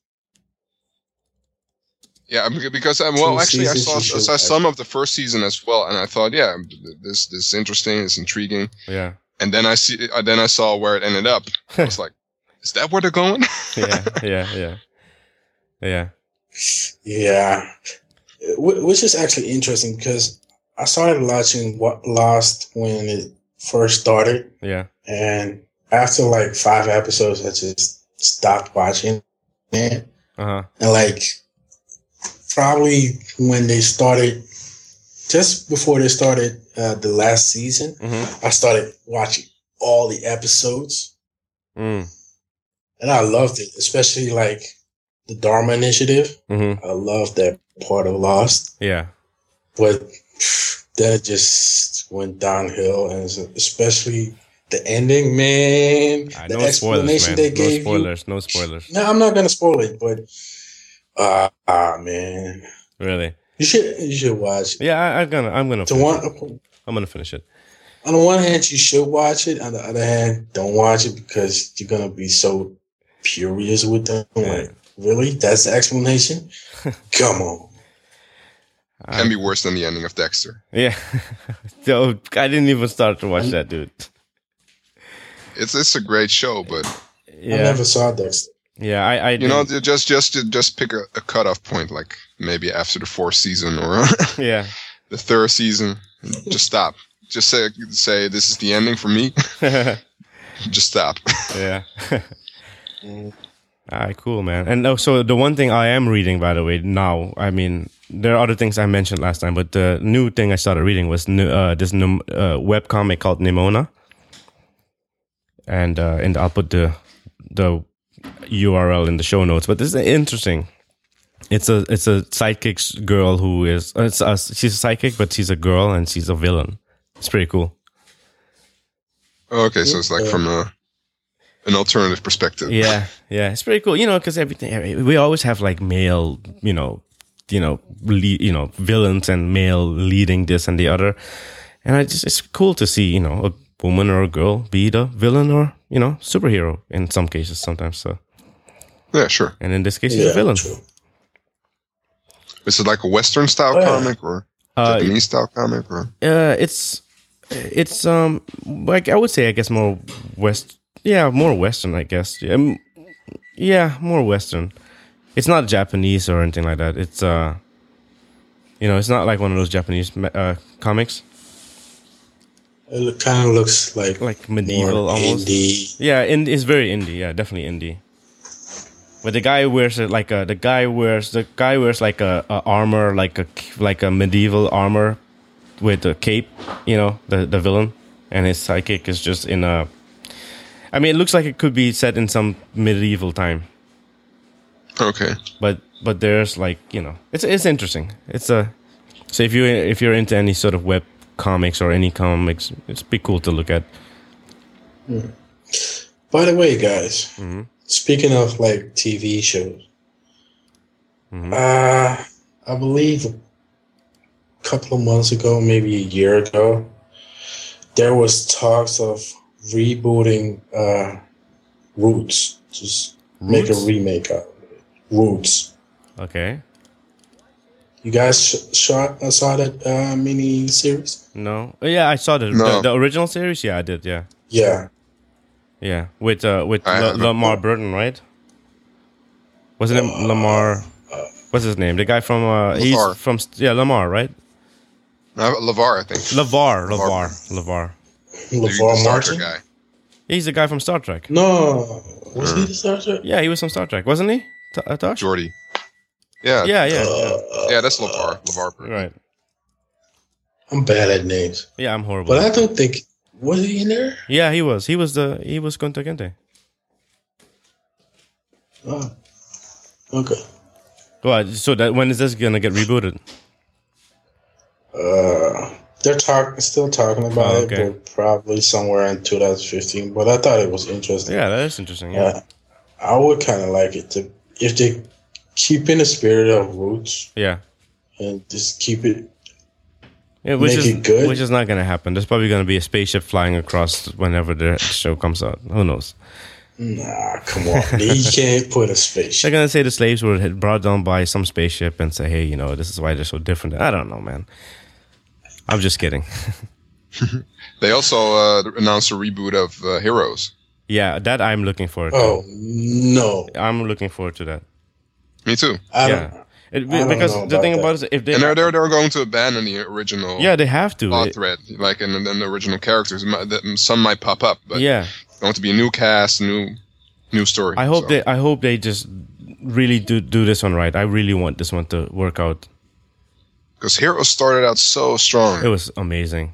D: Yeah, I'm- because I well,
C: Two
D: actually, I
C: seasons
D: saw, I
C: is just
D: saw
C: like-
D: some of the first season as well, and I thought, yeah, this this is interesting, it's intriguing.
B: Yeah.
D: And then I see, uh, then I saw where it ended up. I was like, is that where they're going?
B: Yeah. Yeah. Yeah. Yeah.
C: Yeah, Wh- which is actually interesting because I started watching what Lost when it first started,
B: Yeah.
C: and after like five episodes, I just stopped watching it.
B: Uh huh.
C: And like, probably when they started, just before they started uh, the last season,
B: Mm-hmm.
C: I started watching all the episodes,
B: Mm.
C: and I loved it, especially like the Dharma Initiative.
B: Mm-hmm.
C: I loved that part of Lost.
B: Yeah.
C: but then it just went downhill, and s- especially the ending, man.
B: Ah,
C: the
B: no spoilers, man. No spoilers. No spoilers.
C: you. No, I'm not gonna spoil it, but uh, ah, man,
B: Really.
C: you should you should watch. it.
B: Yeah. I, I'm gonna. I'm gonna.
C: To
B: finish it.
C: one,
B: I'm gonna finish it.
C: on the one hand, you should watch it. On the other hand, don't watch it because you're gonna be so furious with them.
B: Yeah.
C: Like, really? That's the explanation? Come on.
D: Can
B: I,
D: be worse than the ending of Dexter.
B: yeah. so I didn't even start to watch that, dude.
D: It's it's a great show, but
B: Yeah.
C: I never saw Dexter.
B: yeah. I. I
D: you know,
B: didn't-
D: ju- just just just pick a, a cutoff point, like maybe after the fourth season or
B: Yeah.
D: the third season. Just stop. Just say say this is the ending for me. just stop.
B: yeah. All right, cool, man. And oh, so the one thing I am reading, by the way, now, I mean, there are other things I mentioned last time, but the new thing I started reading was new, uh, this new uh, webcomic called Nimona. And uh, and I'll put the the URL in the show notes. But this is interesting. It's a it's a sidekick girl who is uh, it's a, she's a sidekick, but she's a girl and she's a villain. It's pretty cool.
D: Okay, so it's like from a an alternative perspective.
B: yeah yeah it's pretty cool you know because everything we always have like male you know you know lead, you know villains and male leading this and the other and i just it's cool to see you know a woman or a girl be the villain or you know superhero in some cases sometimes so
D: Yeah, sure.
B: and in this case she's a villain
C: true.
D: Is it like a Western style
C: Yeah.
D: comic or
B: uh,
D: Japanese style comic or
B: uh it's it's um like i would say i guess more west yeah more western i guess yeah, um, yeah more western it's not japanese or anything like that it's uh you know it's not like one of those japanese ma- uh, comics
C: It kind of looks like,
B: like
C: more
B: medieval almost
C: indie.
B: yeah ind- it's very indie yeah definitely indie but the guy wears it like a the guy wears the guy wears like a, a armor like a k- like a medieval armor with a cape you know the the villain and his psychic is just in a i mean it looks like it could be set in some medieval time
D: Okay.
B: but but there's like you know it's it's interesting it's a so if you if you're into any sort of web comics or any comics it's be cool to look at
C: By the way, guys,
B: Mm-hmm.
C: speaking of like TV shows,
B: Mm-hmm.
C: uh, I believe a couple of months ago, maybe a year ago, there was talks of rebooting uh, Roots, just make a
B: Roots?
C: remake of it. Roots.
B: okay
C: You guys sh- shot, uh, saw that uh, mini series?
B: no Oh, yeah i saw the, the
D: No.
B: the original series yeah i did yeah
C: Yeah,
B: Yeah, with uh, with
D: I
B: La-
D: haven't-
B: Lamar Burton, right? Wasn't it Lamar? What's his name? The guy from uh,
D: Lamar.
B: he's from yeah Lamar, right?
D: No, Lavar, I think.
B: Lavar, Lavar, Lavar.
D: The- the
C: LeVar
D: soccer
C: Martin.
D: guy.
B: He's the guy from Star Trek.
C: No, was
B: Mm.
C: he the Star Trek?
B: Yeah, he was from Star Trek, wasn't he? T- uh, Tosh?
D: Jordy. Yeah.
B: Yeah, yeah,
D: Yeah, that's Lavar. Lavar.
B: yeah. Right.
C: I'm bad at names.
B: Yeah, I'm horrible.
C: But I don't think was he in there?
B: yeah, he was. He was the he was Kunta Kinte.
C: Oh. Okay.
B: Well, so that when is this gonna get rebooted?
C: Uh, they're talk still talking about
B: Oh, okay.
C: it, but probably somewhere in 2015. But I thought it was interesting.
B: Yeah, that is interesting. Yeah,
C: Uh, I would kind of like it to if they keep in the spirit of roots
B: yeah.
C: and just keep it.
B: Yeah, which
C: Make
B: is
C: it good?
B: which is not gonna happen. There's probably gonna be a spaceship flying across whenever the show comes out. Who knows?
C: Nah, come on. you can't put a spaceship.
B: They're gonna say the slaves were brought down by some spaceship and say, "Hey, you know, this is why they're so different." I don't know, man. I'm just kidding.
D: They also uh, announced a reboot of uh, Heroes.
B: Yeah, that I'm looking forward. to.
C: Oh no,
B: I'm looking forward to that.
D: Me too.
C: I don't.
B: yeah, It-
C: I don't
B: because
C: know
B: the thing
C: about
B: about it is if they
D: And they're they're, they're going to abandon the original
B: yeah they have to
D: plot
B: It-
D: thread, like and then the original characters. Mi- that- Some might pop up, but
B: yeah.
D: it's going to be a new cast, new new story.
B: I hope
D: So,
B: they I hope they just really do do this one right. I really want this one to work out.
D: because Heroes started out so strong.
B: It was amazing.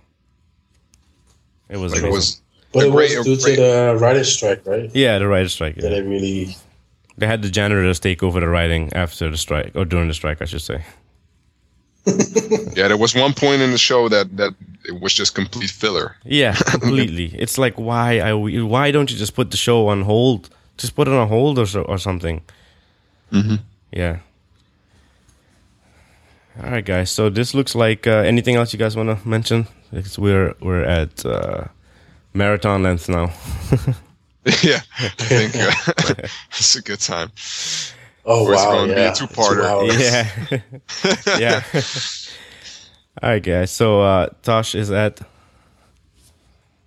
B: It was
D: Like,
B: amazing.
D: it was
C: But it was
D: Great-
C: due
D: great-
C: to the writer's strike, right?
B: yeah, the writer strike.
C: That
B: Yeah.
C: it really.
B: They had the janitors take over the writing after the strike or during the strike, I should say.
D: yeah. There was one point in the show that that it was just complete filler.
B: Yeah, completely. it's like why I why don't you just put the show on hold? Just put it on hold or so, or something. Mm-hmm. Yeah. All right, guys. So this looks like uh, anything else you guys want to mention? Because we're we're at uh, marathon length now.
D: yeah, I think uh, it's a good time.
C: Oh
D: Or it's
C: wow!
D: gonna be a
C: yeah,
D: two-parter.
C: Two
B: yeah,
C: hours.
B: yeah. All right, guys. So uh, Tosh is at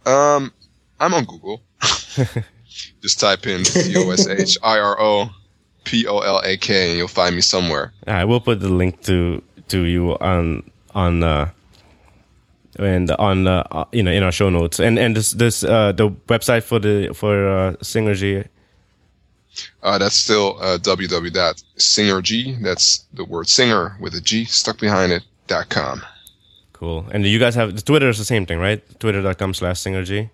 D: Um, I'm on Google. Just type in C O S H I R O P O L A K and you'll find me somewhere.
B: I will put the link to to you on on uh, and on uh, uh, you know in our show notes and and this this uh, the website for the for uh, Synergy.
D: Uh, that's still uh, www.singerg. That's the word singer with a G stuck behind it. Dot com.
B: Cool. And you guys have the Twitter is the same thing, right? Twitter.com slash Synergy.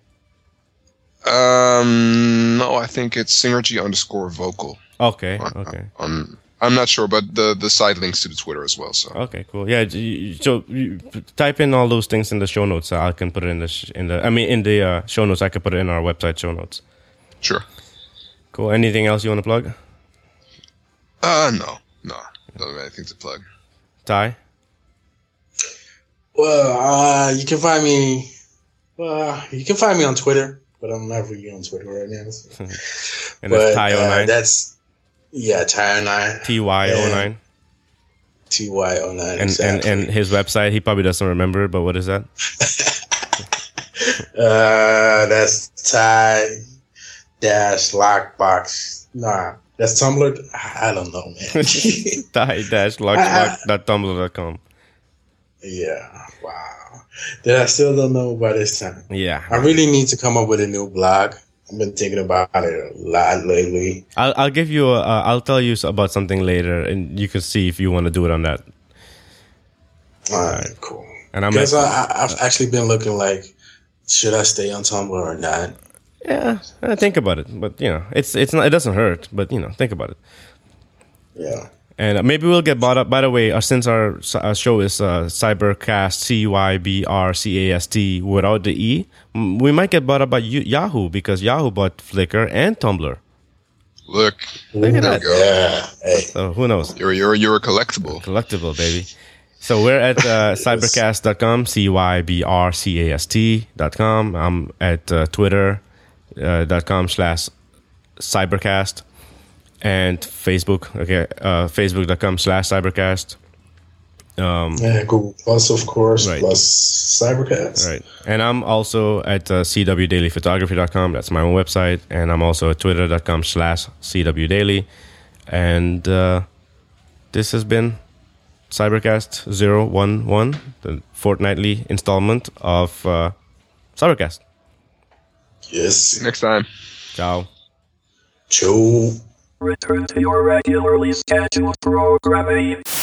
D: Um, no, I think it's singerg underscore vocal.
B: Okay. Okay.
D: On I'm not sure, but the the side links to the Twitter as well. So
B: Okay. Cool. Yeah. you- you- So you p- type in all those things in the show notes. I can put it in the sh- in the I mean in the uh, show notes. I can put it in our website show notes.
D: sure.
B: Cool. Anything else you want to plug?
D: Uh, no, no, don't have anything to plug.
B: Ty.
C: Well, uh, you can find me. Uh, you can find me on Twitter, but I'm not really on Twitter right now. So.
B: And that's
C: But,
B: Ty
C: uh,
B: 09.
C: That's yeah, Ty 09.
B: T Y 09.
C: Ty 09.
B: and,
C: exactly.
B: and and his website he probably doesn't remember but what is that
C: Uh, that's Ty dash lockbox. Nah, that's Tumblr. I I don't know, man.
B: die dash com.
C: yeah, wow. That I still don't know by this time. I
B: yeah
C: really need to come up with a new blog. I've been thinking about it a lot lately.
B: I'll, I'll give you a, uh, i'll tell you s- about something later and you can see if you want to do it on that
C: All right, cool.
B: and i'm
C: Because
B: like,
C: I, I, I've actually been looking like, should I stay on Tumblr or not?
B: yeah uh, think about it but you know it's it's not it doesn't hurt but you know think about it
C: Yeah.
B: and uh, maybe we'll get bought up by the way uh, since our, s- our show is uh, cybercast c-y-b-r-c-a-s-t without the e m- we might get bought up by you, yahoo because yahoo bought flickr and tumblr
D: Look,
B: look at that
D: go.
C: Yeah. Hey.
B: so who knows
D: you're you're you're a collectible.
B: collectible, baby. So we're at uh, cybercast.com, C Y B R C A S T.com. I'm at uh, Twitter, uh, dot com slash cybercast and Facebook. Okay, uh, facebook.com slash cybercast.
C: Yeah, Google Plus, of course,
B: Right.
C: plus Cybercast.
B: Right. And I'm also at uh, cwdailyphotography.com. That's my own website. And I'm also at twitter.com slash cwdaily. And uh, this has been Cybercast 011, the fortnightly installment of uh, Cybercast.
C: Yes.
D: Next time.
B: Ciao.
C: True.
A: Return to your regularly scheduled programming.